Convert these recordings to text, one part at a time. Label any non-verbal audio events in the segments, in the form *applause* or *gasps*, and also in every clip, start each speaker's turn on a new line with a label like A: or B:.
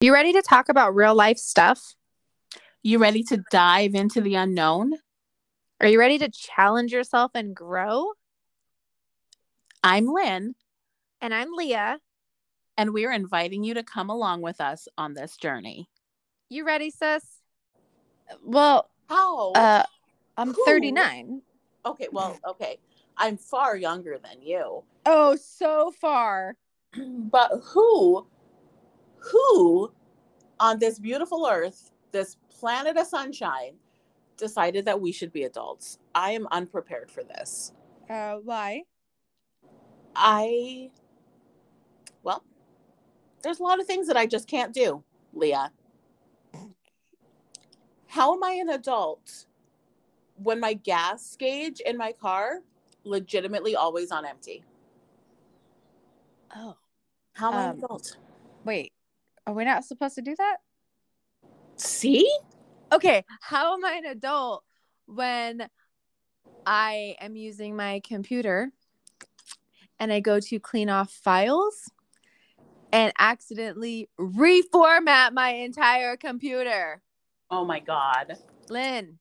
A: You ready to talk about real life stuff?
B: You ready to dive into the unknown?
A: Are you ready to challenge yourself and grow?
B: I'm Lynn,
A: And I'm Leah.
B: and we're inviting you to come along with us on this journey.
A: You ready, sis? Well,
B: How?
A: uh, I'm
B: Cool.
A: 39.
B: okay, well, okay. I'm far younger than you. *clears throat*
A: Oh, so far.
B: But who, who on this beautiful earth, this planet of sunshine, decided that we should be adults? I am unprepared for this.
A: Uh, why?
B: I, well, there's a lot of things that I just can't do, Leah. How am I an adult when my gas gauge in my car legitimately always on empty?
A: Oh,
B: How am I an
A: Um,
B: adult?
A: wait. Are we not supposed to do that?
B: See?
A: Okay. How am I an adult when I am using my computer and I go to clean off files and accidentally reformat my entire computer?
B: Oh my God.
A: Lynn.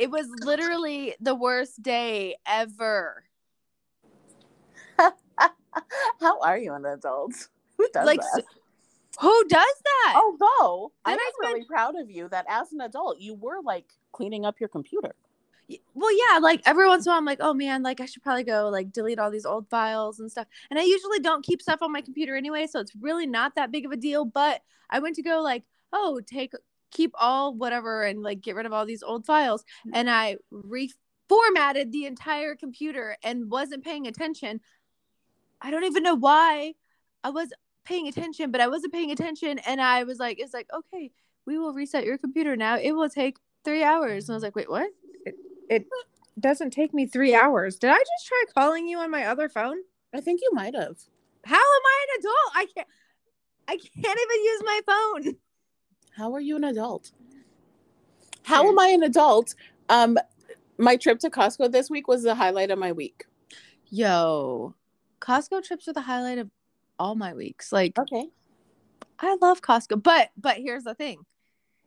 A: It was literally the worst day ever.
B: *laughs* How are you an adult? *laughs* Who does
A: Like,
B: that?
A: Who does that?
B: Although,
A: Then
B: I'm
A: I spent-
B: really proud of you that as an adult, you were like cleaning up your computer.
A: Y- well yeah like every once in a while i'm like oh man like i should probably go like delete all these old files and stuff and i usually don't keep stuff on my computer anyway so it's really not that big of a deal but i went to go like oh take keep all whatever and like get rid of all these old files and i reformatted the entire computer and wasn't paying attention i don't even know why i was paying attention but i wasn't paying attention and i was like it's like okay we will reset your computer now it will take three hours and i was like wait what doesn't take me three hours. Did I just try calling you on my other phone?
B: I think you might have.
A: How am I an adult? I can't. I can't even use my phone.
B: How are you an adult? How am I an adult? Um, my trip to Costco this week was the highlight of my week.
A: Yo, Costco trips are the highlight of all my weeks. Like
B: Okay.
A: I love Costco, but but here's the thing: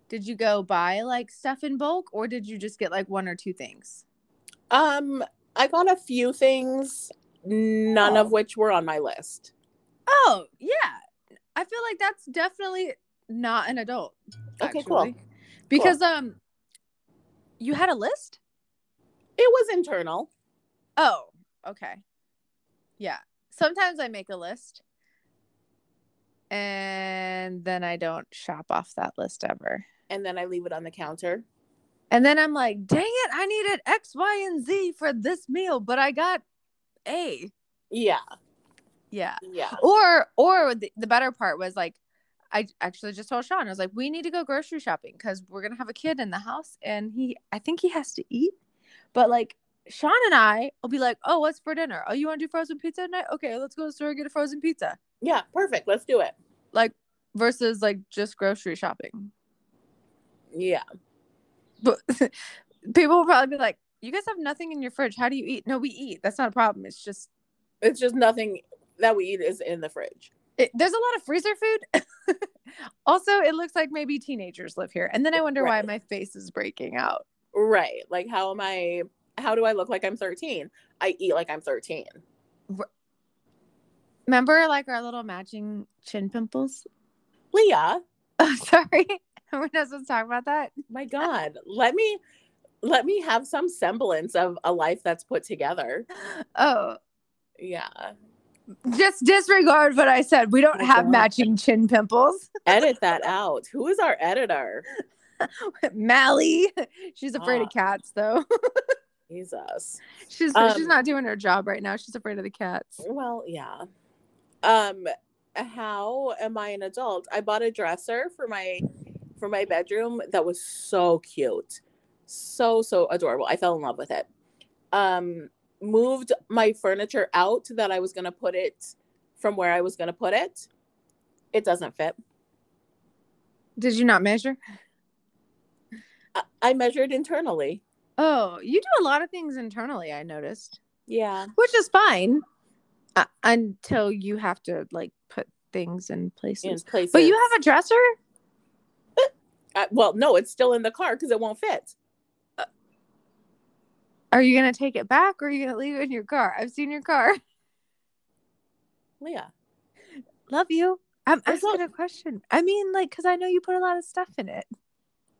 A: Did you go buy like stuff in bulk, or did you just get like one or two things?
B: Um, I got a few things, none
A: Oh.
B: of which were on my list.
A: Oh yeah, I feel like that's definitely not an adult.
B: Okay, cool.
A: actually. Because um, you had a list.
B: It was internal.
A: Oh, okay. Yeah. Sometimes I make a list and then I don't shop off that list ever.
B: And then I leave it on the counter.
A: And then I'm like, dang it, I needed X, Y, and Z for this meal, but I got A.
B: Yeah.
A: Yeah.
B: Yeah.
A: Or or the, the better part was like I actually just told Sean, I was like, we need to go grocery shopping because we're gonna have a kid in the house and he I think he has to eat. But like Sean and I will be like, oh, what's for dinner? Oh, you wanna do frozen pizza tonight? Okay, let's go to the store and get a frozen pizza.
B: Yeah. Perfect. Let's do it.
A: Like versus like just grocery shopping.
B: Yeah.
A: But *laughs* people will probably be like, You guys have nothing in your fridge. How do you eat? No, we eat. That's not a problem. It's just
B: It's just nothing that we eat is in the fridge.
A: it, there's a lot of freezer food. *laughs* also, it looks like maybe teenagers live here. And then I wonder why
B: Right.
A: my face is breaking out.
B: Right. Like, how am I? How do I look like I'm 13? I eat like I'm 13.
A: Remember, like our little matching chin pimples? *laughs*
B: Leah,
A: Oh, sorry. *laughs* We're not supposed to talk about that.
B: my God, let me let me have some semblance of a life that's put together.
A: Oh,
B: Yeah.
A: just disregard what I said. We don't
B: Oh,
A: have
B: God.
A: matching chin pimples. *laughs*
B: Edit that out. Who is our editor?
A: Mally, *laughs* she's afraid
B: Ah.
A: of cats, though. *laughs*
B: Jesus.
A: she's
B: Um,
A: she's not doing her job right now. She's afraid of the cats.
B: Well, yeah. Um, how am I an adult? I bought a dresser for my for my bedroom that was so cute. So so adorable. I fell in love with it. Um moved my furniture out that I was going to put it from where I was going to put it. It doesn't fit.
A: Did you not measure?
B: I, I measured internally.
A: Oh, you do a lot of things internally. I noticed.
B: Yeah.
A: which is fine uh, until you have to like put things and places.
B: in places.
A: But you have a dresser?
B: uh, well, no, it's still in the car because it won't fit.
A: Are you gonna take it back or are you gonna leave it in your car? I've seen your car. *laughs*
B: Leah,
A: Love you. I'm
B: There's
A: asking a question. I mean, like, because I know you put a lot of stuff in it.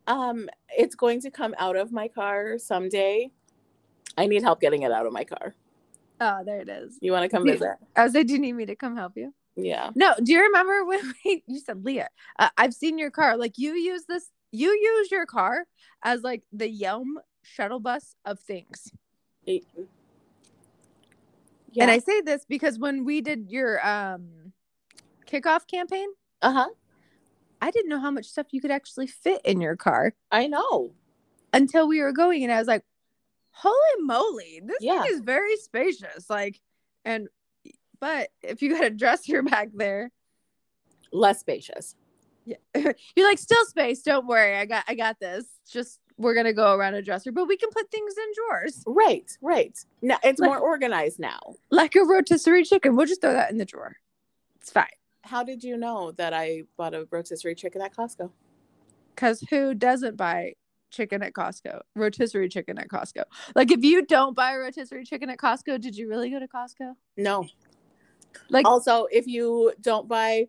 B: um, it's going to come out of my car someday. I need help getting it out of my car.
A: Oh, there it is.
B: You want to come
A: Yeah.
B: visit?
A: I was like, do you need me to come help you?
B: Yeah.
A: No. Do you remember *laughs* when we, you said, Leah, uh, I've seen your car. Like, you use this, you use your car as like the Yelm shuttle bus of things.
B: Yeah.
A: And I say this because when we did your um kickoff campaign,
B: uh huh.
A: I didn't know how much stuff you could actually fit in your car
B: I know.
A: until we were going, and I was like, "Holy moly, this
B: Yeah.
A: thing is very spacious!" Like, and but if you had a dresser *laughs* back there,
B: Less spacious.
A: *laughs* you're like, "Still space, don't worry, I got, I got this." Just we're gonna go around a dresser, but we can put things in drawers
B: Right. Right. Now it's
A: Like-
B: more organized now.
A: like a rotisserie chicken. We'll just throw that in the drawer. It's fine.
B: How did you know that I bought a rotisserie chicken at Costco?
A: Because who doesn't buy chicken at Costco? Rotisserie chicken at Costco. Like, if you don't buy rotisserie chicken at Costco, did you really go to Costco?
B: No.
A: Like,
B: Also, if you don't buy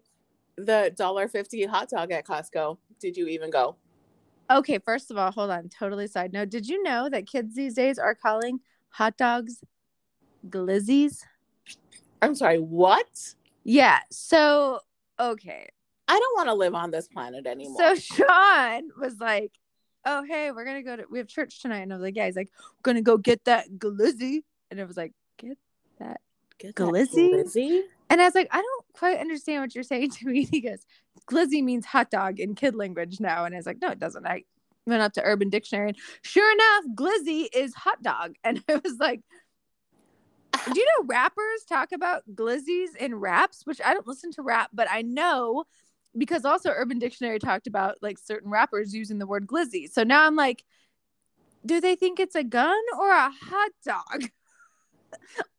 B: the dollar fifty hot dog at Costco, did you even go?
A: okay, first of all, hold on. Totally side note. Did you know that kids these days are calling hot dogs glizzies?
B: I'm sorry. What?
A: Yeah. So, okay.
B: I don't want to live on this planet anymore.
A: So *laughs* Sean was like, "Oh hey, we're gonna go to we have church tonight," and I was like, "Yeah." He's like, "Gonna go get that glizzy," and it was like, "Get
B: Get that
A: Glizzy?
B: glizzy?
A: And I was like, I don't quite understand what you're saying to me. *laughs* He goes, glizzy means hot dog in kid language now. And I was like, no, it doesn't. I went up to Urban Dictionary and sure enough, glizzy is hot dog. *laughs* And I was like, do you know rappers talk about glizzies in raps? Which I don't listen to rap, but I know because also Urban Dictionary talked about like certain rappers using the word glizzy. So now I'm like, do they think it's a gun or a hot dog? *laughs*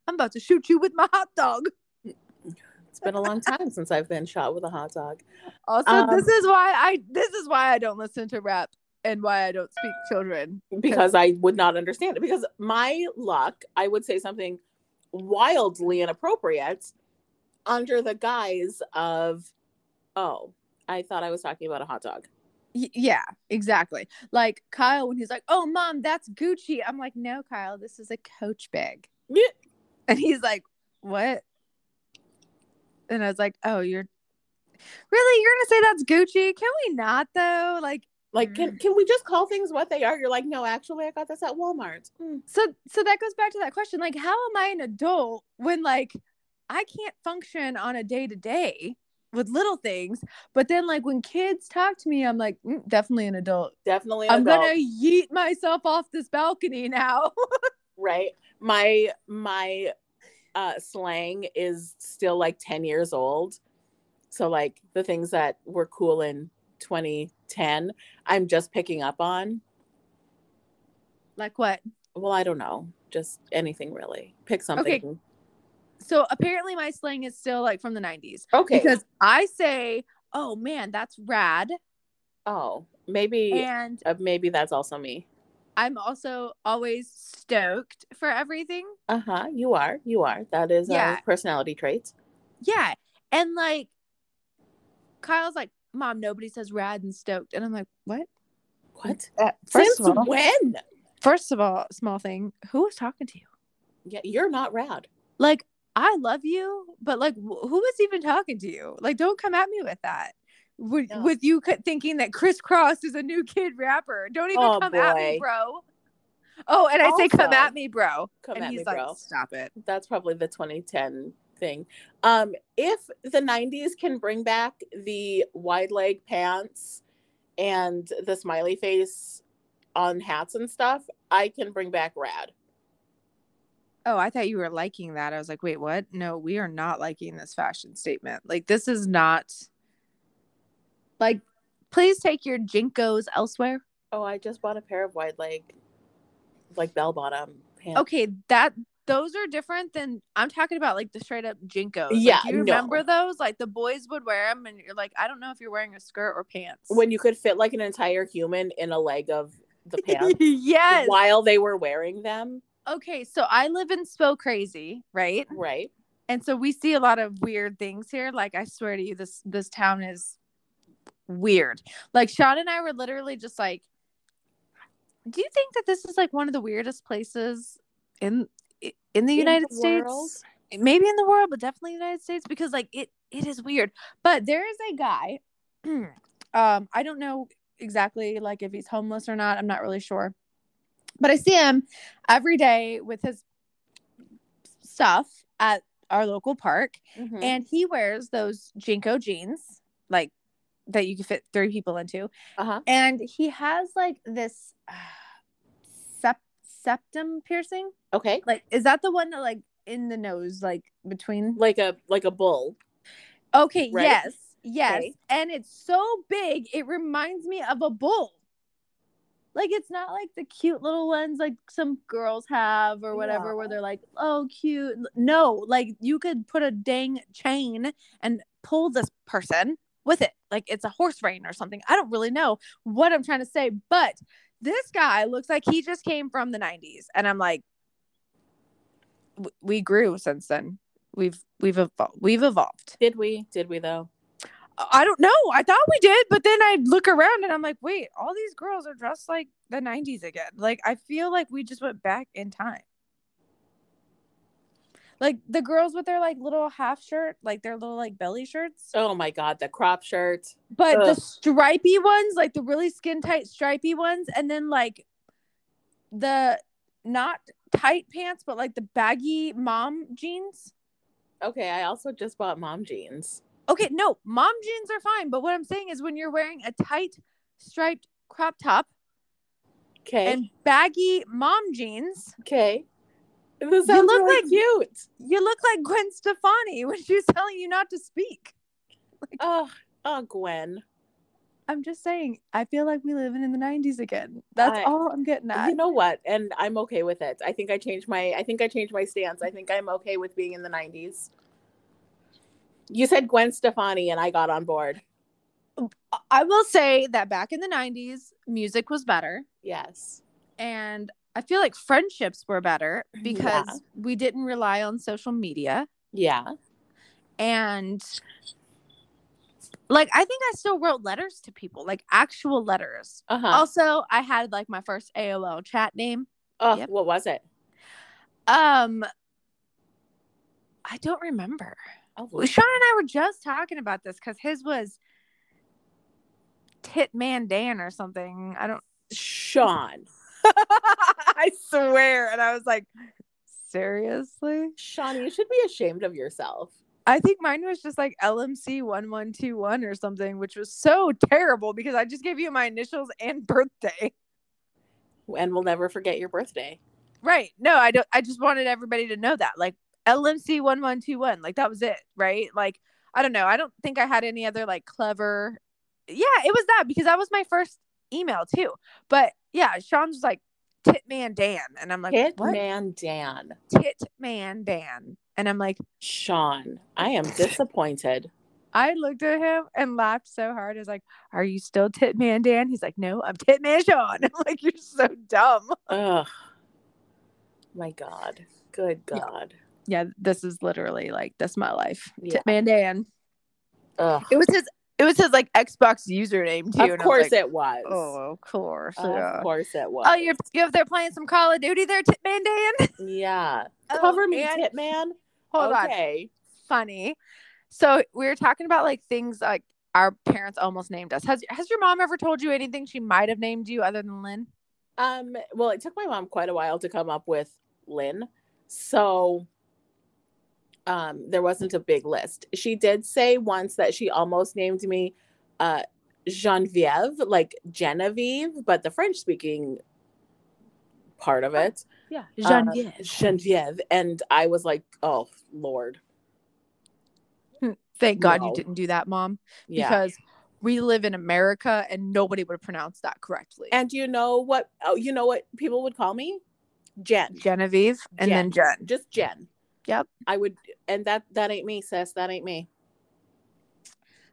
A: I'm about to shoot you with my hot dog.
B: It's been a long time since I've been shot with a hot dog.
A: Also,
B: Um,
A: this is why I this is why I don't listen to rap and why I don't speak children.
B: because I would not understand it. Because my luck, I would say something wildly inappropriate under the guise of, oh, I thought I was talking about a hot dog.
A: Y- yeah, exactly. Like Kyle when he's like, "Oh, mom, that's Gucci." I'm like, "No, Kyle, this is a Coach bag."
B: Yeah.
A: And he's like, "What?" And I was like, "Oh, you're really you're gonna say that's Gucci? Can we not though?" Like,
B: Like,
A: Mm.
B: can, can we just call things what they are? You're like, no, actually, I got this at Walmart. Mm.
A: so so that goes back to that question. Like, how am I an adult when like I can't function on a day to day with little things, but then like when kids talk to me, I'm like "Mm, definitely an adult.
B: Definitely. an
A: I'm
B: adult.
A: gonna yeet myself off this balcony now. *laughs*
B: right my my uh slang is still like 10 years old so like the things that were cool in 2010 i'm just picking up on
A: like what?
B: well i don't know just anything really pick something
A: So apparently my slang is still like from the 90s
B: okay,
A: because I say, "Oh man, that's rad,"
B: oh maybe
A: and
B: uh, maybe that's also me
A: I'm also always stoked for everything.
B: uh-huh you are you are that is
A: Yeah.
B: a personality trait
A: Yeah. And like Kyle's like, Mom, nobody says rad and stoked. And I'm like, what?
B: what
A: Uh,
B: since when
A: first of all, small thing, who was talking to you?
B: yeah you're not rad
A: Like, I love you, but like, wh- who was even talking to you? Like, don't come at me with that. With,
B: No.
A: with you c- thinking that Criss Cross is a new kid rapper. Don't even
B: Oh,
A: come at me,
B: boy.
A: bro. Oh, and I say, come
B: Also-
A: at me, bro.
B: come
A: and
B: at
A: he's
B: me
A: like,
B: bro
A: stop it.
B: that's probably the 2010 thing. Um, if the 90s can bring back the wide leg pants and the smiley face on hats and stuff, I can bring back rad.
A: Oh, I thought you were liking that. I was like, wait, what? No, we are not liking this fashion statement. Like, this is not like, please take your jinkos elsewhere.
B: Oh, I just bought a pair of wide leg, like bell bottom pants.
A: Okay, that those are different than I'm talking about, like the straight up jinkos.
B: Yeah,
A: like, you
B: no.
A: remember those? Like the boys would wear them, and you're like, I don't know if you're wearing a skirt or pants.
B: When you could fit like an entire human in a leg of the pants
A: *laughs* yes.
B: while they were wearing them,
A: Okay, so I live in Spo Crazy, right?
B: right?
A: And so we see a lot of weird things here. Like I swear to you, this this town is weird. Like Sean and I were literally just like, Do you think that this is like one of the weirdest places in in the
B: In the
A: United
B: world?
A: States? Maybe in the world, but definitely in the United States because like it it is weird. But there is a guy. *clears throat* um, I don't know exactly like if he's homeless or not. I'm not really sure. But I see him every day with his stuff at our local park
B: Mhm.
A: and he wears those jinko jeans like that you can fit three people into
B: Uh-huh.
A: and he has like this *sighs* uh, sep- septum piercing
B: okay,
A: like is that the one that like in the nose like between
B: like a like a bull.
A: okay
B: right?
A: yes yes
B: Okay.
A: and it's so big it reminds me of a bull like it's not like the cute little ones like some girls have or whatever where
B: Yeah.
A: they're like oh cute no like you could put a dang chain and pull this person with it like it's a horse rein or something i don't really know what i'm trying to say but this guy looks like he just came from the 90s and i'm like w- we grew since then we've we've evolved we've evolved
B: Did we? Did we though?
A: I don't know. I thought we did, but then I look around and I'm like, wait, all these girls are dressed like the 90s again. Like, I feel like we just went back in time. Like the girls with their like little half shirt, like their little like belly shirts,
B: Oh my god, the crop shirt.
A: but the
B: Ugh.
A: stripy ones, like the really skin tight stripy ones, and then like the not tight pants, but like the baggy mom jeans.
B: Okay, I also just bought mom jeans.
A: Okay, no, mom jeans are fine, but what I'm saying is when you're wearing a tight striped crop top
B: Okay,
A: and baggy mom jeans,
B: okay. This sounds
A: look
B: really
A: like-
B: cute.
A: you look like Gwen Stefani when she's telling you not to speak.
B: Oh, oh, Gwen.
A: I'm just saying, I feel like we live in, in the 90s again. That's
B: I-
A: all I'm getting at.
B: you know what and i'm okay with it i think i changed my i think i changed my stance i think i'm okay with being in the 90s you said gwen stefani and i got on board
A: I- I will say that back in the 90s, music was better.
B: yes
A: And I feel like friendships were better because
B: Yeah.
A: we didn't rely on social media.
B: yeah
A: and like I think I still wrote letters to people, like actual letters.
B: uh-huh
A: Also, I had like my first AOL chat name.
B: oh
A: yep.
B: what was it
A: Um I don't remember.
B: oh,
A: Sean and I were just talking about this cuz his was Titman Dan or something. I don't *laughs*
B: sean
A: I swear and I was like seriously?
B: sean you should be ashamed of yourself
A: I think mine was just like LMC one one two one or something, which was so terrible because I just gave you my initials and birthday.
B: and we'll never forget your birthday
A: Right. No, I don't I just wanted everybody to know that. Like LMC one one two one. Like that was it, right? Like I don't know. I don't think I had any other like clever Yeah, it was that because that was my first email too. But yeah, Sean's was like Titman Dan. And I'm like, what?
B: hitman dan
A: Titman Dan. And I'm like,
B: sean i am disappointed
A: I looked at him and laughed so hard. I was like, Are you still Titman Dan? He's like, No, I'm Titman Sean. *laughs* I'm like, You're so dumb.
B: Ugh. my god good god
A: Yeah, this is literally like that's my life.
B: Yeah.
A: Titman Dan.
B: Ugh.
A: It was his it was his like Xbox username too.
B: of course it was
A: Oh, of course. yeah.
B: Of course it was.
A: Oh, you're you up there playing some Call of Duty there, Titman Dan?
B: yeah.
A: *laughs* Oh,
B: Cover me,
A: and-
B: tip man.
A: Hold on.
B: okay.
A: Funny. So we were talking about like things like our parents almost named us. Has has your mom ever told you anything she might have named you other than Lynn?
B: Um, well, it took my mom quite a while to come up with Lynn. So um there wasn't a big list. She did say once that she almost named me uh Genevieve, like Genevieve, but the French speaking part of it.
A: Yeah.
B: um,
A: Genevieve.
B: Genevieve. And I was like, oh Lord.
A: Thank God
B: No.
A: you didn't do that, mom,
B: Yeah.
A: because we live in America and nobody would pronounce that correctly.
B: and you know what oh, you know what people would call me? Jen.
A: Genevieve and then Jen.
B: Just Jen.
A: Yep.
B: I would and that that ain't me, sis. That ain't me.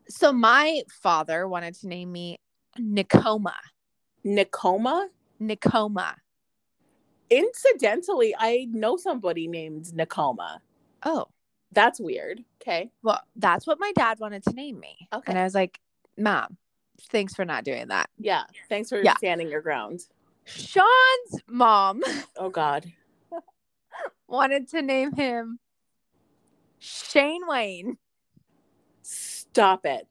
A: So my father wanted to name me Nicoma.
B: Nicoma?
A: Nicoma.
B: Incidentally, I know somebody named Nicoma.
A: Oh,
B: That's weird. Okay.
A: well, that's what my dad wanted to name me.
B: Okay.
A: And I was like, Mom, thanks for not doing that.
B: Yeah. Thanks for
A: Yeah.
B: standing your ground.
A: Sean's mom *laughs*
B: Oh God.
A: wanted to name him Shane Wayne. *laughs*
B: Stop it.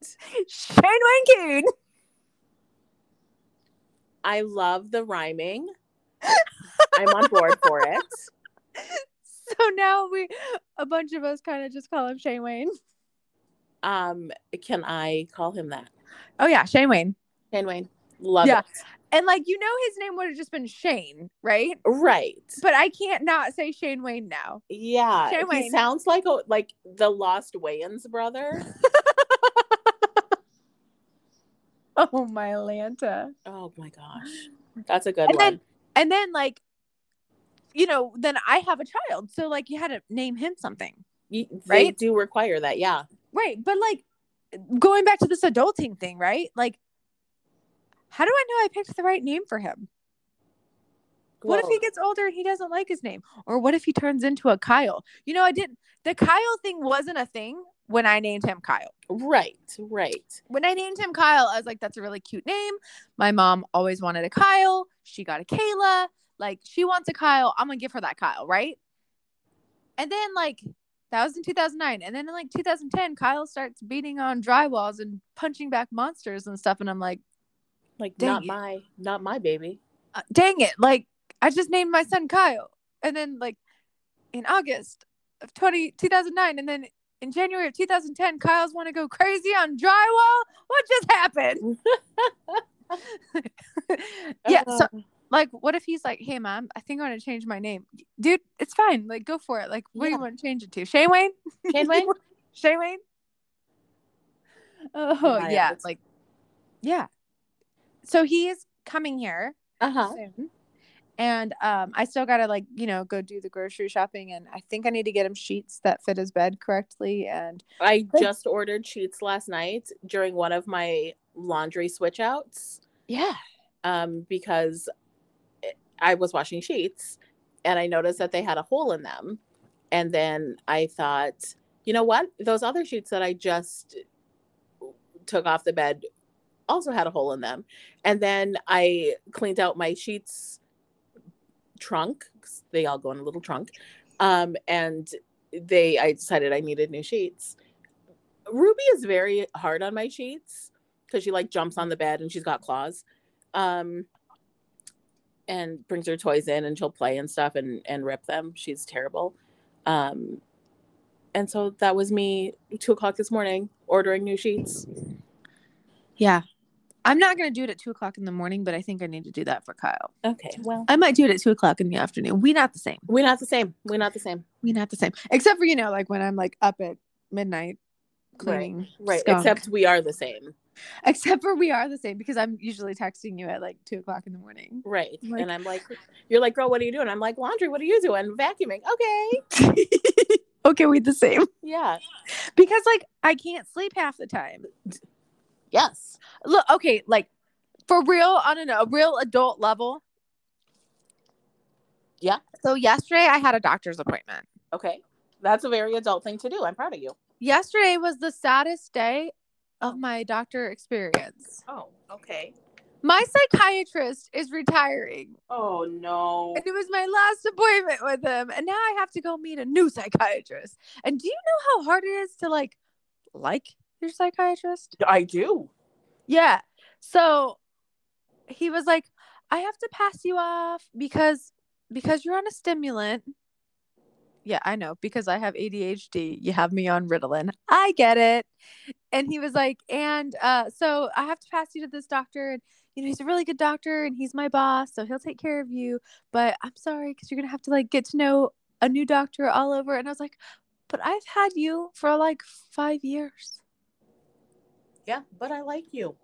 A: Shane Wayne Coon.
B: I love
A: *laughs*
B: the rhyming. I'm on board for it.
A: *laughs* So now we, a bunch of us kind of just call him Shane Wayne.
B: Um, can I call him that?
A: Oh, yeah, Shane Wayne.
B: Shane Wayne. Love
A: Yeah.
B: it.
A: And like, you know, his name would have just been Shane, right?
B: Right.
A: But I can't not say Shane Wayne now.
B: Yeah.
A: Shane
B: he
A: Wayne.
B: sounds like a, like the Lost Wayans
A: *gasps*
B: brother.
A: Oh, my Atlanta.
B: oh my gosh. That's a good
A: And
B: one.
A: then- And then, like, you know, then I have a child. So, like, you had to name him something.
B: You- they
A: right?
B: do require that. Yeah.
A: Right. But like going back to this adulting thing, right? Like, how do I know I picked the right name for him? What if he
B: Well,
A: gets older and he doesn't like his name? Or what if he turns into a Kyle? You know, I didn't, the Kyle thing wasn't a thing when I named him Kyle.
B: Right. Right.
A: When I named him Kyle, I was like, that's a really cute name. My mom always wanted a Kyle. She got a Kayla. Like, she wants a Kyle. I'm going to give her that Kyle, right? And then, like, that was in 2009. And then in like 2010, Kyle starts beating on drywalls and punching back monsters and stuff. And I'm like,
B: Like
A: Dang
B: not
A: it.
B: my not my baby.
A: uh, dang it. Like, I just named my son Kyle. And then, like, in August of 20, 2009, and then in January of 2010, Kyle's want to go crazy on drywall. What just
B: *laughs*
A: happened? *laughs* yeah. So,
B: Uh,
A: like, what if he's like, hey, mom, I think I want to change my name? Dude, it's fine. Like, go for it. Like, what do
B: Yeah.
A: you want to change it to? Shane Wayne?
B: Shane
A: *laughs*
B: Wayne?
A: Shane Wayne? Oh, yeah.
B: Yeah, that's-
A: Like, yeah. So he is coming here
B: uh-huh.
A: soon. And um, I still gotta like you know go do the grocery shopping, and I think I need to get him sheets that fit his bed correctly. And
B: I
A: Good.
B: just ordered sheets last night during one of my laundry switch outs.
A: yeah,
B: um, because I was washing sheets and I noticed that they had a hole in them. And then I thought, you know what? Those other sheets that I just took off the bed also had a hole in them. And then I cleaned out my sheets trunk. 'cause They all go in a little trunk. Um, and they, I decided I needed new sheets. Ruby is very hard on my sheets because she like jumps on the bed and she's got claws um and brings her toys in and she'll play and stuff and and rip them she's terrible um and so that was me two o'clock this morning ordering new sheets
A: yeah. I'm not gonna do it at two o'clock in the morning, but I think I need to do that for Kyle.
B: okay well
A: I might do it at two o'clock in the afternoon. We not the same.
B: we're not the same we're not the same
A: We not the same. Except for you know like when I'm like up at midnight cleaning.
B: right
A: skunk.
B: except we are the same
A: *laughs* except for we are the same because I'm usually texting you at like two o'clock in the *laughs* morning.
B: right
A: Like-
B: and i'm like you're like girl what are you doing i'm like laundry what are you doing vacuuming okay
A: okay, we the same
B: yeah
A: because like I can't sleep half the time.
B: yes
A: look okay like for real on an, a real adult level
B: Yeah.
A: so yesterday i had a doctor's appointment
B: okay that's a very adult thing to do i'm proud of you
A: yesterday was the saddest day of my doctor experience
B: oh okay
A: my psychiatrist is retiring
B: oh no
A: and it was my last appointment with him and now i have to go meet a new psychiatrist and do you know how hard it is to like like your psychiatrist
B: i do
A: Yeah. So he was like, I have to pass you off because because you're on a stimulant. Yeah, I know. Because I have ADHD, you have me on Ritalin. I get it. And he was like, and uh, so I have to pass you to this doctor. And, you know, he's a really good doctor and he's my boss. So he'll take care of you. But I'm sorry because you're going to have to like get to know a new doctor all over. And I was like, but I've had you for like five years.
B: yeah but i like you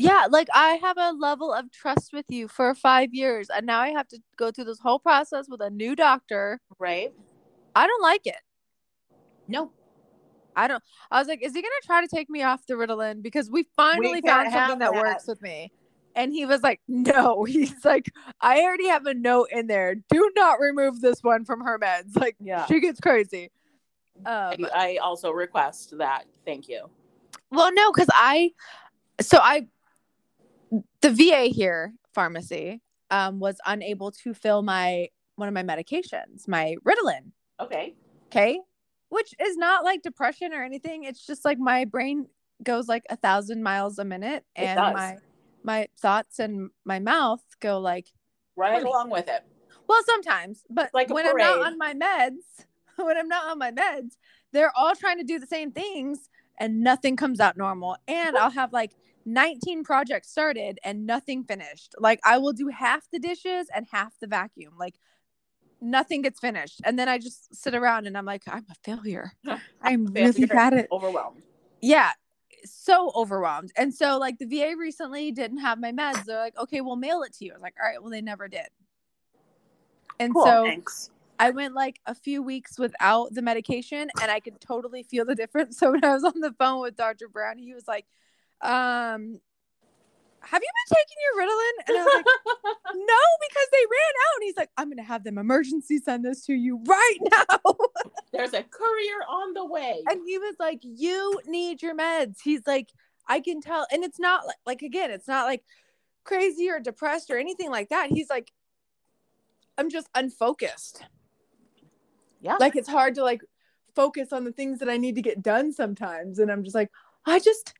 A: Yeah, like I have a level of trust with you for five years, and now I have to go through this whole process with a new doctor.
B: Right?
A: I don't like it.
B: No.
A: I don't. I was like, is he gonna try to take me off the Ritalin because we finally
B: can't
A: found something
B: have
A: that,
B: that.
A: works with me? And he was like, no. *laughs* He's like, I already have a note in there. Do not remove this one from her meds. *laughs* Like,
B: Yeah.
A: she gets crazy. Um,
B: I, I also request that. Thank you.
A: Well, no, because I, so I, the VA here pharmacy um, was unable to fill my one of my medications, my Ritalin.
B: Okay.
A: Okay, which is not like depression or anything. It's just like my brain goes like a thousand miles a minute,
B: It
A: and
B: does.
A: my my thoughts and my mouth go like
B: Right
A: Honey.
B: along with it.
A: well sometimes, but
B: like a
A: when I'm not
B: parade.
A: on my meds, *laughs* when I'm not on my meds, they're all trying to do the same things and nothing comes out normal. And I'll have like 19 projects started and nothing finished. Like I will do half the dishes and half the vacuum. Like nothing gets finished. And then I just sit around and I'm like, I'm a
B: *laughs*
A: failure. I'm really
B: Failure.
A: bad at
B: Overwhelmed.
A: yeah so overwhelmed and so like the va recently didn't have my meds they're like okay we'll mail it to you i was like all right well they never did and
B: Cool.
A: so
B: Thanks.
A: i went like a few weeks without the medication and i could totally feel the difference *laughs* so when i was on the phone with dr brown he was like um have you been taking your ritalin *laughs* and i was like no because they ran out and he's like i'm gonna have them emergency send this to you right now
B: *laughs* There's a courier on the way.
A: and he was like, "You need your meds." He's like, "I can tell," and it's not like, like again, it's not like crazy or depressed or anything like that. He's like, "I'm just unfocused.
B: yeah.
A: Like it's hard to like focus on the things that I need to get done sometimes." And I'm just like, "I just,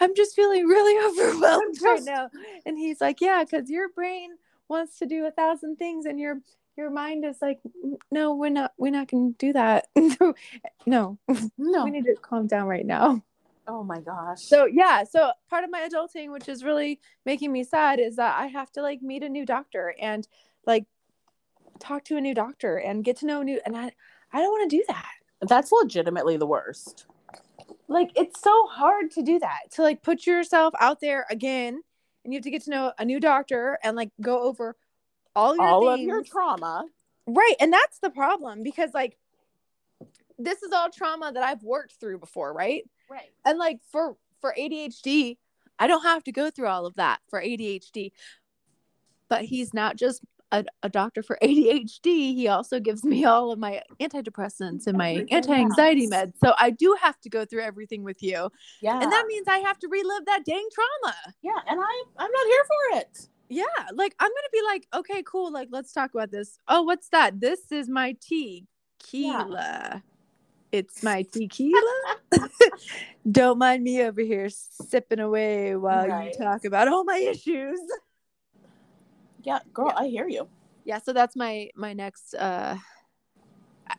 A: I'm just feeling really *laughs* overwhelmed right
B: just-
A: now." And he's like, "Yeah, because your brain wants to do a thousand things, and your your mind is like, no, we're not, we're not going to do that. *laughs* no,
B: no.
A: we need to calm down right now.
B: Oh my gosh.
A: So yeah, so part of my adulting, which is really making me sad, is that I have to like meet a new doctor and like talk to a new doctor and get to know a new and I I don't want to do that.
B: that's legitimately the worst.
A: Like it's so hard to do that. To like put yourself out there again and you have to get to know a new doctor and like go over all your
B: All
A: things.
B: of your trauma.
A: Right. And that's the problem because like this is all trauma that I've worked through before, right?
B: Right.
A: and like for for ADHD, I don't have to go through all of that for ADHD. But he's not just a, a doctor for *laughs* ADHD. He also gives me all of my antidepressants and my
B: Everything
A: anti anxiety
B: else.
A: meds. So I do have to go through everything with you.
B: Yeah.
A: And that means I have to relive that dang trauma.
B: yeah. And I I'm not here for it.
A: Yeah. Like I'm gonna be like, okay, cool, like let's talk about this. Oh, what's that? This is my tequila. It's *laughs* my tequila. Don't mind me over here sipping away while
B: Right.
A: you talk about all my issues.
B: Yeah, girl, I hear you.
A: Yeah, so that's my my next uh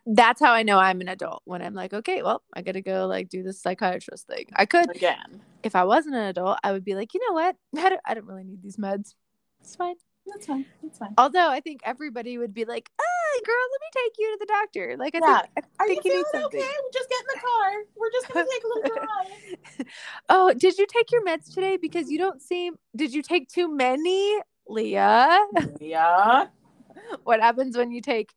A: that's how I know I'm an adult when I'm like, okay, well, I gotta go like do this psychiatrist thing. I could
B: Again.
A: if I wasn't an adult, I would be like, you know what? *laughs* I don't I don't really need these meds. It's fine.
B: That's fine. That's fine.
A: Although I think everybody would be like, ah, girl, let me take you to the doctor. Like, I
B: Yeah.
A: think, I
B: Are you
A: think you,
B: feeling
A: need something.
B: okay? We'll just get in the car. We're just gonna take a little drive.
A: Oh, did you take your meds today? Because you don't seem, did you take too many, Leah?
B: yeah.
A: *laughs* what happens when you take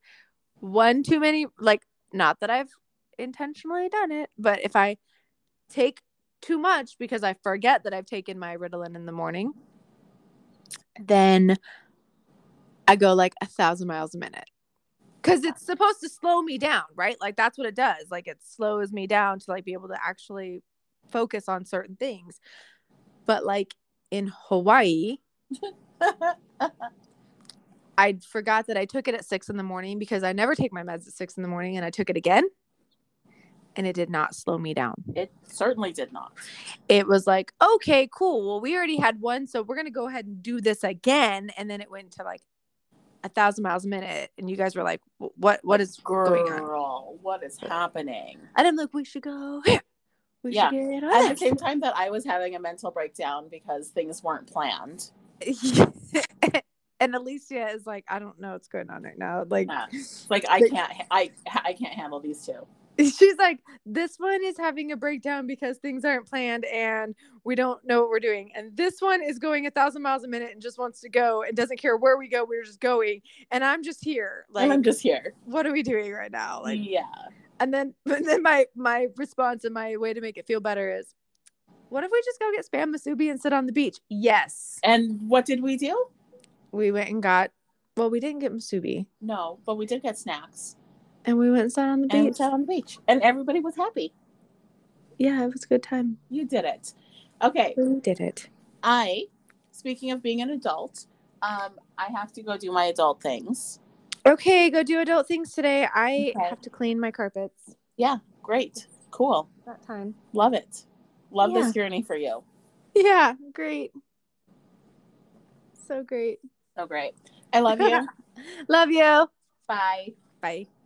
A: one too many? Like, not that I've intentionally done it, but if I take too much because I forget that I've taken my Ritalin in the morning, then I go like a thousand miles a minute. Cause it's supposed to slow me down, right? Like that's what it does. Like it slows me down to like be able to actually focus on certain things. But like in Hawaii, I forgot that I took it at six in the morning because I never take my meds at six in the morning and I took it again and it did not slow me down.
B: It certainly did not.
A: It was like, okay, cool. Well, we already had one, so we're going to go ahead and do this again. And then it went to like a thousand miles a minute. And you guys were like, "Wh- what, what is
B: Girl,
A: going on?
B: what is happening?
A: And I'm like, we should go here. We
B: Yeah.
A: should get
B: At
A: on
B: the same time that I was having a mental breakdown because things weren't planned.
A: that. *laughs* and Alicia is like, I don't know what's going on right now. Like,
B: Yeah. It's Like I
A: But-
B: can't I I can't handle these two.
A: *laughs* She's like, this one is having a breakdown because things aren't planned and we don't know what we're doing. And this one is going a thousand miles a minute and just wants to go and doesn't care where we go. We're just going. And I'm just here. Like,
B: and I'm just Mm. here.
A: what are we doing right now? Like,
B: yeah.
A: and then, *laughs* and then my my response and my way to make it feel better is, what if we just go get spam masubi and sit on the beach? Yes,
B: And what did we do?
A: we went and got. Well, we didn't get masubi,
B: No, but we did get snacks
A: and we went and sat on the
B: and we
A: beach.
B: sat on the beach, and everybody was happy.
A: yeah, it was a good time.
B: You did it. Okay,
A: We did it.
B: I. Speaking of being an adult, um, I have to go do my adult things.
A: Okay, go do adult things today. I
B: Okay.
A: have to clean my carpets.
B: Great, cool,
A: That time.
B: love it, love
A: Yeah.
B: this journey for you.
A: Yeah, great. So great.
B: So Oh, great. I love you.
A: Love you.
B: Bye.
A: Bye.